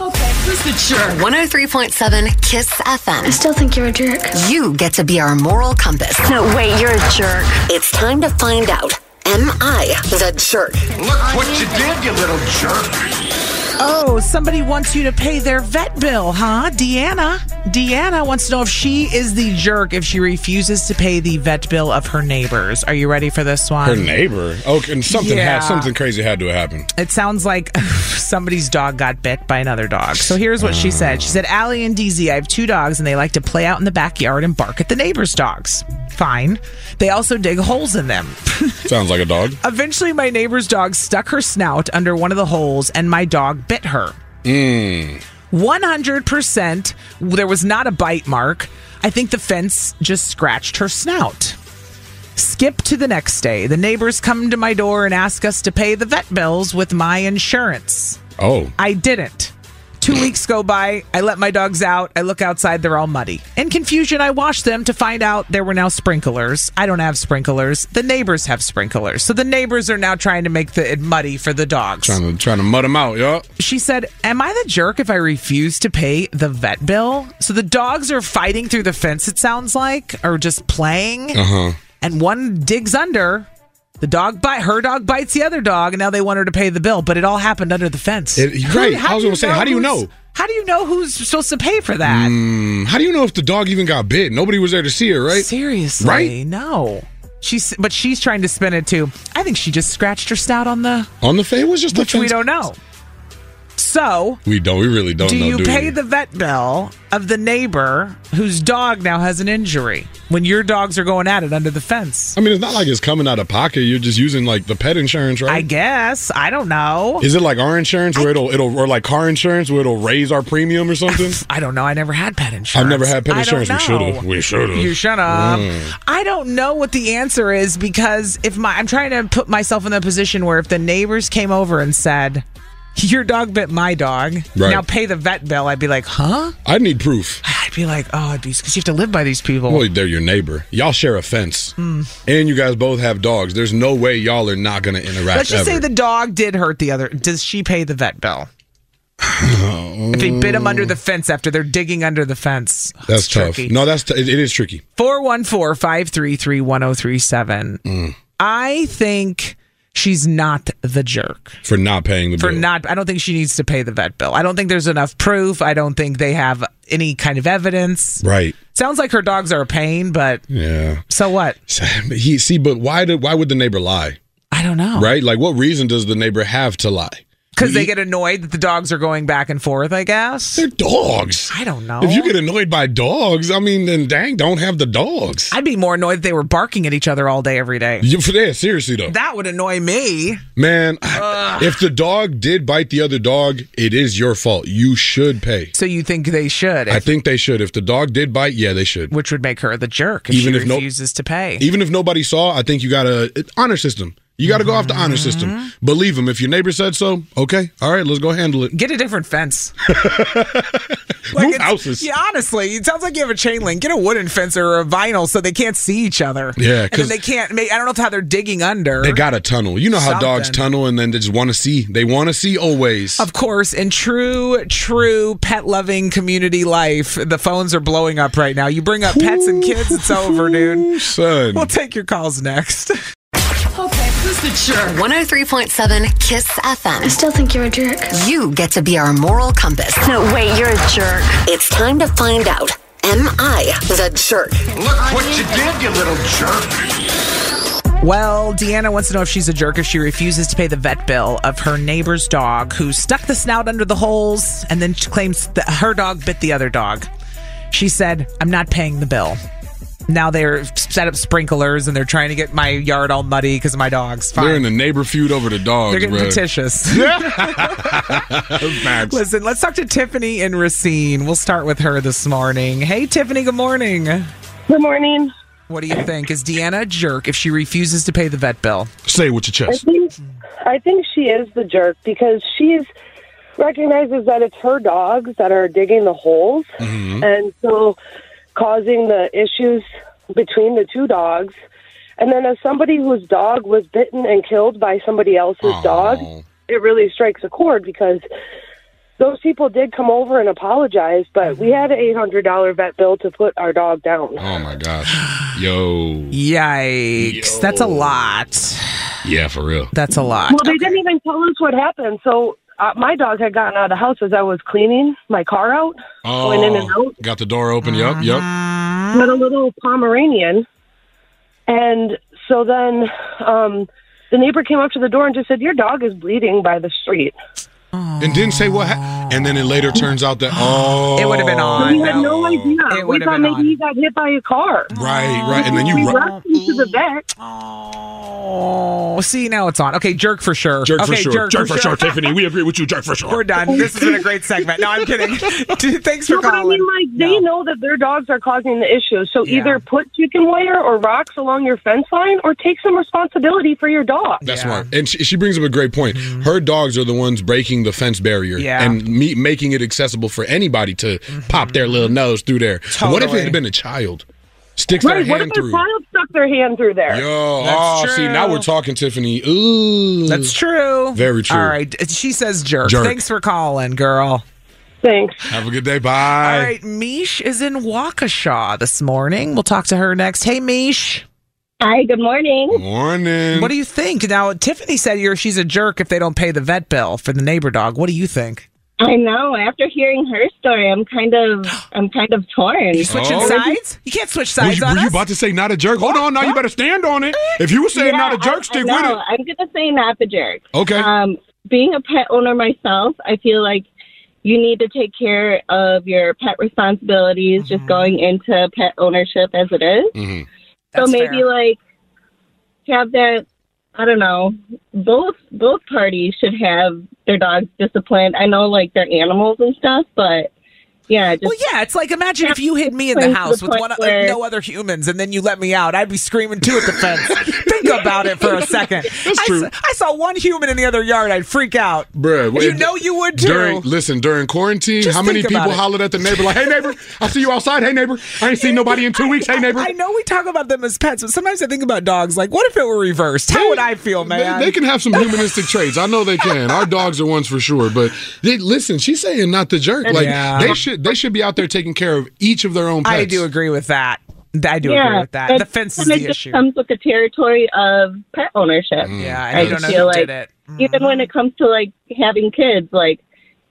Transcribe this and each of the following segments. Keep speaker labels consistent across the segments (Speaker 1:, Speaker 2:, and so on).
Speaker 1: Okay, who's the jerk?
Speaker 2: 103.7 Kiss
Speaker 3: I
Speaker 2: FM.
Speaker 3: still think you're a jerk.
Speaker 2: You get to be our moral compass.
Speaker 1: No, wait, you're a jerk.
Speaker 2: It's time to find out. Am I the jerk?
Speaker 4: Look what you did, you little jerk.
Speaker 5: Oh, somebody wants you to pay their vet bill, huh? Deanna. Deanna wants to know if she is the jerk if she refuses to pay the vet bill of her neighbors. Are you ready for this
Speaker 6: Her
Speaker 5: one?
Speaker 6: neighbor. Oh, and something
Speaker 5: Yeah. Uh,
Speaker 6: had something crazy had to happen.
Speaker 5: It sounds like somebody's dog got bit by another dog. So here's what she said. She said, Allie and DZ, I have two dogs and they like to play out in the backyard and bark at the neighbors' dogs. Fine. They also dig holes in them.
Speaker 6: Sounds like a dog.
Speaker 5: Eventually, my neighbor's dog stuck her snout under one of the holes and my dog bit her. 100%. There was not a bite mark. I think the fence just scratched her snout. Skip to the next day. The neighbors come to my door and ask us to pay the vet bills with my insurance.
Speaker 6: Oh,
Speaker 5: I didn't. Two weeks go by. I let my dogs out. I look outside. They're all muddy. In confusion, I wash them to find out there were now sprinklers. I don't have sprinklers. The neighbors have sprinklers. So the neighbors are now trying to make the, it muddy for the dogs.
Speaker 6: trying to trying to mud him out, y'all.
Speaker 5: She said, Am I the jerk if I refuse to pay the vet bill? So the dogs are fighting through the fence, it sounds like, or just playing.
Speaker 6: Uh huh.
Speaker 5: And one digs under. The dog bite her dog bites the other dog, and now they want her to pay the bill. But it all happened under the fence.
Speaker 6: It- right. I was
Speaker 5: do you
Speaker 6: gonna say, how do you
Speaker 5: who's-
Speaker 6: know?
Speaker 5: How do you know who's supposed to pay for that?
Speaker 6: Mm, How do you know if the dog even got bit? Nobody was there to see her, right?
Speaker 5: Seriously,
Speaker 6: Right?
Speaker 5: No. She's but she's trying to spin it too. I think she just scratched her snout on the
Speaker 6: On the face, it was just the
Speaker 5: which we
Speaker 6: fence-
Speaker 5: don't know. So
Speaker 6: We don't. We really don't
Speaker 5: do
Speaker 6: know.
Speaker 5: you
Speaker 6: Oh, do
Speaker 5: pay
Speaker 6: we?
Speaker 5: the vet bill of the neighbor whose dog now has an injury when your dogs are going at it under the fence?
Speaker 6: I mean, it's not like it's coming out of pocket. You're just using like the pet insurance, right?
Speaker 5: I guess. I don't know.
Speaker 6: Is it like our insurance where it'll it'll or like car insurance where it'll raise our premium or something?
Speaker 5: I don't know. I never had pet insurance.
Speaker 6: I've never had pet
Speaker 5: I don't
Speaker 6: insurance. We
Speaker 5: know.
Speaker 6: should've. We should've. Hmm.
Speaker 5: You should have. I don't know what the answer is because if my I'm trying to put myself in the position where if the neighbors came over and said, "Your dog bit my dog,"
Speaker 6: Right.
Speaker 5: now pay the vet bill, I'd be like, "Huh?"
Speaker 6: I need proof.
Speaker 5: I'd be like, "Oh, I'd be because you have to live by these people."
Speaker 6: Well, they're your neighbor. Y'all share a fence,
Speaker 5: Hmm.
Speaker 6: and you guys both have dogs. There's no way y'all are not gonna interact.
Speaker 5: Let's just say
Speaker 6: ever.
Speaker 5: the dog did hurt the other. Does she pay the vet bill? if he bit him under the fence after they're digging under the fence.
Speaker 6: That's
Speaker 5: It's
Speaker 6: tough.
Speaker 5: tricky.
Speaker 6: No, that's t- it, it is tricky.
Speaker 5: 414 533 1037. I think she's not the jerk
Speaker 6: for not paying the
Speaker 5: for
Speaker 6: bill.
Speaker 5: not. I don't think she needs to pay the vet bill. I don't think there's enough proof. I don't think they have any kind of evidence.
Speaker 6: right.
Speaker 5: Sounds like her dogs are a pain, but
Speaker 6: Yeah.
Speaker 5: so what?
Speaker 6: So, He see, but why did why would the neighbor lie?
Speaker 5: I don't know.
Speaker 6: Right? Like, what reason does the neighbor have to lie?
Speaker 5: Because they get annoyed that the dogs are going back and forth, I guess.
Speaker 6: They're dogs.
Speaker 5: I don't know.
Speaker 6: If you get annoyed by dogs, I mean, then dang, don't have the dogs.
Speaker 5: I'd be more annoyed that they were barking at each other all day, every day.
Speaker 6: You for that? Seriously though,
Speaker 5: That would annoy me.
Speaker 6: man. If the dog did bite the other dog, it is your fault. You should pay.
Speaker 5: So you think they should,
Speaker 6: I think they should. If the dog did bite, yeah, they should.
Speaker 5: which would make her the jerk if
Speaker 6: Even
Speaker 5: she
Speaker 6: if no- E-
Speaker 5: refuses to pay.
Speaker 6: Even if nobody saw, I think you got to honor system. You got to go off the honor system.
Speaker 5: Mm-hmm.
Speaker 6: Believe him. If your neighbor said so, okay, all right, let's go handle it.
Speaker 5: Get a different fence.
Speaker 6: Move
Speaker 5: it's-
Speaker 6: houses.
Speaker 5: Yeah, honestly, it sounds like you have a chain link. Get a wooden fence or a vinyl so they can't see each other. and
Speaker 6: Yeah,
Speaker 5: then
Speaker 6: 'cause-
Speaker 5: they can't. Make, I don't know if how they're digging under.
Speaker 6: They got a tunnel. You know how dogs
Speaker 5: Something.
Speaker 6: tunnel and then they just want to see. They want to see always.
Speaker 5: of course, in true, true pet loving community life, the phones are blowing up right now. You bring up pets and kids, it's over, dude.
Speaker 6: Son.
Speaker 5: We'll take your calls next.
Speaker 1: Okay, who's the jerk?
Speaker 2: 103.7 Kiss
Speaker 3: I
Speaker 2: FM.
Speaker 3: still think you're a jerk.
Speaker 2: You get to be our moral compass.
Speaker 1: No, wait, you're a jerk.
Speaker 2: It's time to find out. Am I the jerk?
Speaker 4: Look what you did, you little jerk.
Speaker 5: Well, Deanna wants to know if she's a jerk if she refuses to pay the vet bill of her neighbor's dog who stuck the snout under the holes and then she claims that her dog bit the other dog. She said, I'm not paying the bill. now they're set up sprinklers and they're trying to get my yard all muddy because of my dogs. Fine.
Speaker 6: They're in the neighbor feud over the dogs,
Speaker 5: They're getting
Speaker 6: bruh.
Speaker 5: petitious.
Speaker 6: Facts.
Speaker 5: Listen, let's talk to Tiffany in Racine. We'll start with her this morning. Hey, Tiffany, good morning.
Speaker 3: Good morning.
Speaker 5: What do you think? Is Deanna a jerk if she refuses to pay the vet bill?
Speaker 6: Say it with your
Speaker 3: I
Speaker 6: chest.
Speaker 3: think I think she is the jerk because she's recognizes that it's her dogs that are digging the holes and so causing the issues between the two dogs. And then as somebody whose dog was bitten and killed by somebody else's dog, it really strikes a chord because those people did come over and apologize, but we had an eight hundred dollar vet bill to put our dog down.
Speaker 6: Oh my gosh. Yo.
Speaker 5: Yikes.
Speaker 6: Yo.
Speaker 5: That's a lot.
Speaker 6: Yeah, for real.
Speaker 5: That's a lot.
Speaker 3: Well, they didn't even tell us what happened. So uh, my dog had gotten out of the house as I was cleaning my car out,
Speaker 6: Oh,
Speaker 3: going in and out,
Speaker 6: got the door open. Yup, yup.
Speaker 3: with a little Pomeranian. And so then um, the neighbor came up to the door and just said, "Your dog is bleeding by the street."
Speaker 6: And didn't say what. Ha- and then it later turns out that oh,
Speaker 5: It would have been on.
Speaker 3: we had no idea.
Speaker 5: It
Speaker 3: We
Speaker 5: would've
Speaker 3: thought
Speaker 5: been
Speaker 3: maybe
Speaker 5: on.
Speaker 3: he got hit by a car.
Speaker 6: Right, right. And then
Speaker 3: We
Speaker 6: you.
Speaker 3: rushed him to the vet.
Speaker 5: Oh, see, now it's on. Okay, jerk for sure.
Speaker 6: Jerk
Speaker 5: okay,
Speaker 6: for sure. Jerk, for sure. Tiffany, we agree with you. Jerk for sure.
Speaker 5: We're done. This has been a great segment. No, I'm kidding. Thanks for
Speaker 3: Oh. No, but I
Speaker 5: calling.
Speaker 3: mean, like they know that their dogs are causing the issue. So
Speaker 5: Yeah.
Speaker 3: either put chicken wire or rocks along your fence line, or take some responsibility for your dog.
Speaker 6: That's smart. And she, she brings up a great point. Her dogs are the ones breaking the fence barrier
Speaker 5: Mm-hmm. Yeah. Mm-hmm.
Speaker 6: and me, making it accessible for anybody to pop their little nose through there. What if it
Speaker 5: Totally.
Speaker 6: had been a child? Sticks
Speaker 3: Right,
Speaker 6: their
Speaker 3: what if
Speaker 6: hand
Speaker 3: their
Speaker 6: through.
Speaker 3: child stuck their hand through there?
Speaker 6: Yo, oh,
Speaker 5: That's
Speaker 6: see, now
Speaker 5: true.
Speaker 6: we're talking, Tiffany. Ooh.
Speaker 5: That's true.
Speaker 6: Very true.
Speaker 5: All right. She says jerk.
Speaker 6: Jerk.
Speaker 5: Thanks for calling, girl.
Speaker 3: Thanks.
Speaker 6: Have a good day.
Speaker 5: All
Speaker 6: Bye.
Speaker 5: right. Mish is in Waukesha this morning. We'll talk to her next. Hey, Mish.
Speaker 7: Hi, good morning.
Speaker 6: Morning.
Speaker 5: What do you think? Now, Tiffany said you're, she's a jerk if they don't pay the vet bill for the neighbor dog. What do you think?
Speaker 7: I know. After hearing her story, I'm kind of I'm kind of torn.
Speaker 5: You switching
Speaker 6: Oh.
Speaker 5: sides? You can't switch
Speaker 6: were
Speaker 5: sides
Speaker 6: you,
Speaker 5: on
Speaker 6: were you
Speaker 5: us.
Speaker 6: about to say not a jerk? Hold on, now you better stand on it. If you were saying not a
Speaker 7: Yeah,
Speaker 6: jerk,
Speaker 7: I-
Speaker 6: stick
Speaker 7: I
Speaker 6: with
Speaker 7: know.
Speaker 6: it.
Speaker 7: I'm gonna say not the jerk.
Speaker 6: Okay.
Speaker 7: Um, being a pet owner myself, I feel like you need to take care of your pet responsibilities. Just
Speaker 6: Mm-hmm.
Speaker 7: going into pet ownership as it is.
Speaker 5: That's
Speaker 7: so maybe
Speaker 5: fair.
Speaker 7: like have that. I don't know. Both both parties should have their dogs disciplined. I know like they're animals and stuff, but yeah, just
Speaker 5: Well, yeah, it's like imagine if you hid me in
Speaker 7: Point
Speaker 5: the
Speaker 7: to the
Speaker 5: house with
Speaker 7: point
Speaker 5: one,
Speaker 7: where-
Speaker 5: no other humans, and then you let me out. I'd be screaming too at the fence. Think about it for a second. I,
Speaker 6: true.
Speaker 5: s- I saw one human in the other yard. I'd freak out.
Speaker 6: Bruh,
Speaker 5: you
Speaker 6: it-
Speaker 5: know you would too.
Speaker 6: During listen, during quarantine,
Speaker 5: Just
Speaker 6: how many
Speaker 5: think about
Speaker 6: people
Speaker 5: it.
Speaker 6: hollered at the neighbor like, "Hey neighbor, I see you outside. Hey neighbor, I ain't seen nobody in two weeks. Hey neighbor."
Speaker 5: I know we talk about them as pets, but sometimes I think about dogs. Like, what if it were reversed? How would I feel,
Speaker 6: They-
Speaker 5: man?
Speaker 6: They, can have some humanistic traits. I know they can. Our dogs are ones for sure. But they, listen, she's saying not the jerk. Like
Speaker 5: Yeah.
Speaker 6: they should they should be out there taking care of each of their own pets.
Speaker 5: I do agree with that. I do agree
Speaker 7: yeah,
Speaker 5: with that. The fence is the
Speaker 7: just
Speaker 5: issue. Mm.
Speaker 7: comes with the territory of pet ownership.
Speaker 5: yeah,
Speaker 7: I
Speaker 5: I don't
Speaker 7: just
Speaker 5: know
Speaker 7: feel
Speaker 5: who did
Speaker 7: like-
Speaker 5: it.
Speaker 7: Even when it comes to like having kids, like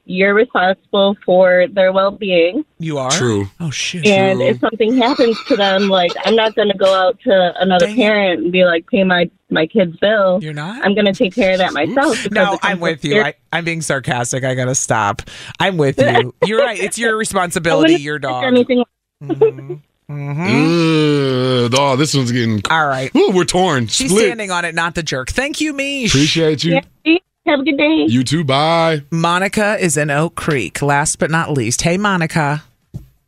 Speaker 7: you're responsible for their well being,
Speaker 5: You are
Speaker 6: True.
Speaker 5: Oh shit.
Speaker 7: and
Speaker 6: True.
Speaker 7: if something happens to them, like I'm not going to go out to another
Speaker 5: Dang it.
Speaker 7: parent and be like, pay my my kid's bill.
Speaker 5: You're not?
Speaker 7: I'm going to take care of that myself. because
Speaker 5: No,
Speaker 7: it comes
Speaker 5: I'm with you.
Speaker 7: their-
Speaker 5: I, I'm being sarcastic. I gotta stop. I'm with you. You're right. It's your
Speaker 7: I
Speaker 5: responsibility.
Speaker 7: wouldn't
Speaker 5: Your
Speaker 7: expect
Speaker 5: dog.
Speaker 7: Anything
Speaker 6: Ugh, oh, this one's getting.
Speaker 5: Hmm? All right.
Speaker 6: Ooh, we're torn.
Speaker 5: She's
Speaker 6: Split.
Speaker 5: standing on it, not the jerk. Thank you, Mish.
Speaker 6: Appreciate you.
Speaker 7: like that. Have a good day.
Speaker 6: You too. Bye.
Speaker 5: Monica is in Oak Creek. Last but not least, hey Monica.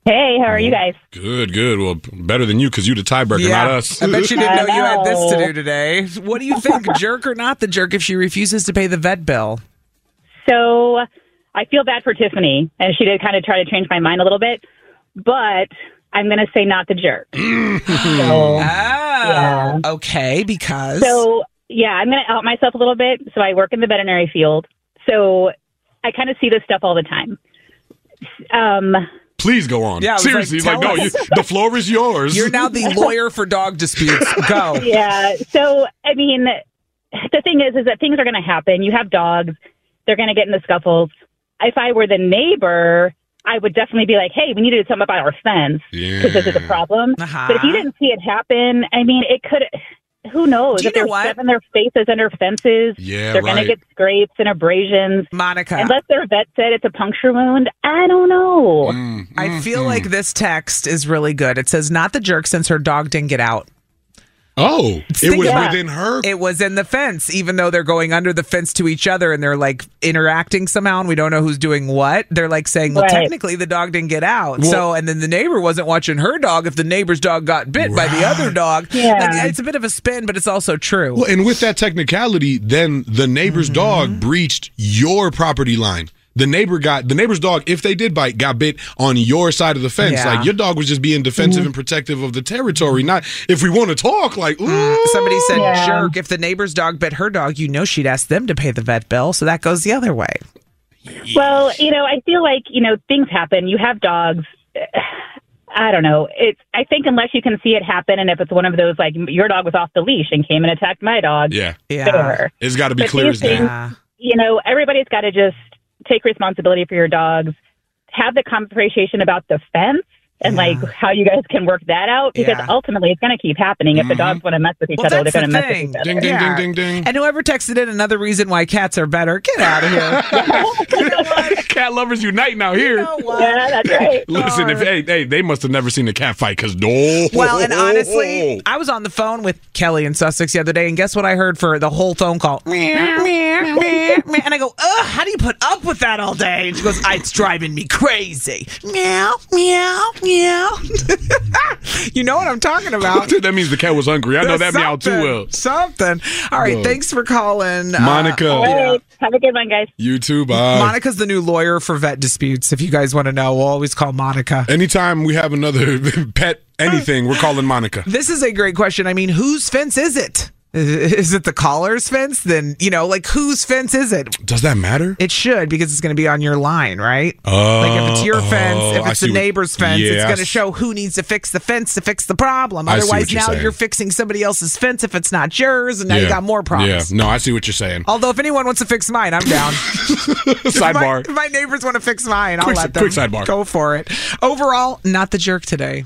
Speaker 8: Hey, how are you guys?
Speaker 6: Good. Good. Well, better than you because you the tiebreaker, not us.
Speaker 5: I bet you didn't know you had this to
Speaker 8: Hello.
Speaker 5: do today. What do you think, jerk or not the jerk, if she refuses to pay the vet bill?
Speaker 8: So I feel bad for Tiffany, and she did kind of try to change my mind a little bit, but I'm going to say not the jerk.
Speaker 5: Oh, Ah, okay. Because
Speaker 8: So, yeah, I'm going to out myself a little bit. So I work in the veterinary field. So I kind of see this stuff all the time. Um,
Speaker 6: Please go on.
Speaker 5: Yeah, I was like,
Speaker 6: Seriously,
Speaker 5: tell
Speaker 6: like, no, you,
Speaker 5: us.
Speaker 6: the floor is yours.
Speaker 5: you're now the lawyer for dog disputes. Go.
Speaker 8: yeah. So, I mean, the thing is, is that things are going to happen. You have dogs, they're going to get into scuffles. If I were the neighbor, I would definitely be like, hey, we need to do something about our fence.
Speaker 6: yeah.
Speaker 8: because this is a problem.
Speaker 5: Uh-huh.
Speaker 8: But if you didn't see it happen, I mean, it could. who knows
Speaker 5: Do you
Speaker 8: if they're
Speaker 5: know what?
Speaker 8: shoving their faces under fences?
Speaker 5: Yeah,
Speaker 8: they're
Speaker 5: right.
Speaker 8: gonna get scrapes and abrasions.
Speaker 5: Monica,
Speaker 8: unless their vet said it's a puncture wound, I don't know.
Speaker 5: I feel
Speaker 6: Mm-hmm.
Speaker 5: like this text is really good. It says, not the jerk since her dog didn't get out.
Speaker 6: Oh, it was within her.
Speaker 5: It was in the fence, even though they're going under the fence to each other and they're like interacting somehow, and we don't know who's doing what. They're like saying, "Well,
Speaker 9: Right.
Speaker 5: technically, the dog didn't get out."
Speaker 9: Well-
Speaker 5: so, and then the neighbor wasn't watching her dog if the neighbor's dog got bit by the other dog.
Speaker 9: Yeah.
Speaker 5: Like, it's a bit of a spin, but it's also true.
Speaker 6: Well, and with that technicality, then the neighbor's
Speaker 5: Mm-hmm.
Speaker 6: dog breached your property line. The neighbor got the neighbor's dog, if they did bite, got bit on your side of the fence.
Speaker 5: Yeah.
Speaker 6: Like your dog was just being defensive and protective of the territory. Not if we want to talk, like ooh.
Speaker 5: Mm, Somebody said, "Jerk!" If the neighbor's dog bit her dog, you know she'd ask them to pay the vet bill. So that goes the other way.
Speaker 8: Well, you know, I feel like you know things happen. You have dogs. I don't know. It's. I think unless you can see it happen, and if it's one of those like your dog was off the leash and came and attacked my dog.
Speaker 6: Yeah.
Speaker 8: fair.
Speaker 6: It's got to be
Speaker 8: But
Speaker 6: clear
Speaker 8: these
Speaker 6: as day.
Speaker 8: things, You know, everybody's got to just take responsibility for your dogs. Have the conversation about the fence and like how you guys can work that out because
Speaker 5: Yeah.
Speaker 8: ultimately it's going to keep happening. If the dogs want to mess with each other, they're going to mess with each other.
Speaker 5: Yeah. And whoever texted in another reason why cats are better, get out of here.
Speaker 6: Cat lovers unite now here.
Speaker 8: Yeah, that's right.
Speaker 6: Listen, if hey, hey, they must have never seen a cat fight because no.
Speaker 5: Well, and honestly, I was on the phone with Kelly in Sussex the other day, and guess what I heard for the whole phone call? Meow, meow, meow, meow. And I go, ugh, how do you put up with that all day? And she goes, "I- it's driving me crazy. Meow, meow, meow. you know what I'm talking about.
Speaker 6: that means the cat was hungry. I know that
Speaker 5: There's
Speaker 6: meow too
Speaker 5: something-
Speaker 6: well.
Speaker 5: Something. All right,
Speaker 6: Bro.
Speaker 5: thanks for calling. uh,
Speaker 6: Monica. uh,
Speaker 5: all right.
Speaker 8: Have a good one, guys.
Speaker 6: You too, bye.
Speaker 5: Monica's the new lawyer for vet disputes. If you guys want to know, we'll always call Monica.
Speaker 6: Anytime we have another pet anything, we're calling Monica.
Speaker 5: This is a great question. I mean, whose fence is it? Is it the caller's fence? Then, you know, like whose fence is it?
Speaker 6: Does that matter?
Speaker 5: It should because it's going to be on your line, right?
Speaker 6: Oh,
Speaker 5: like if it's your
Speaker 6: oh,
Speaker 5: fence, if
Speaker 6: I
Speaker 5: it's
Speaker 6: see
Speaker 5: the
Speaker 6: what-
Speaker 5: neighbor's fence,
Speaker 6: Yeah,
Speaker 5: it's
Speaker 6: I
Speaker 5: going to
Speaker 6: s-
Speaker 5: show who needs to fix the fence to fix the problem.
Speaker 6: I see what
Speaker 5: Otherwise,
Speaker 6: you're
Speaker 5: now
Speaker 6: saying.
Speaker 5: you're fixing somebody else's fence if it's not yours, and now you
Speaker 6: Yeah.
Speaker 5: got more problems.
Speaker 6: Yeah, no, I see what you're saying.
Speaker 5: Although, if anyone wants to fix mine, I'm down.
Speaker 6: Sidebar.
Speaker 5: If my neighbors want to fix mine, I'll
Speaker 6: Quick-
Speaker 5: let them.
Speaker 6: quick sidebar.
Speaker 5: Go for it. Overall, not the jerk today.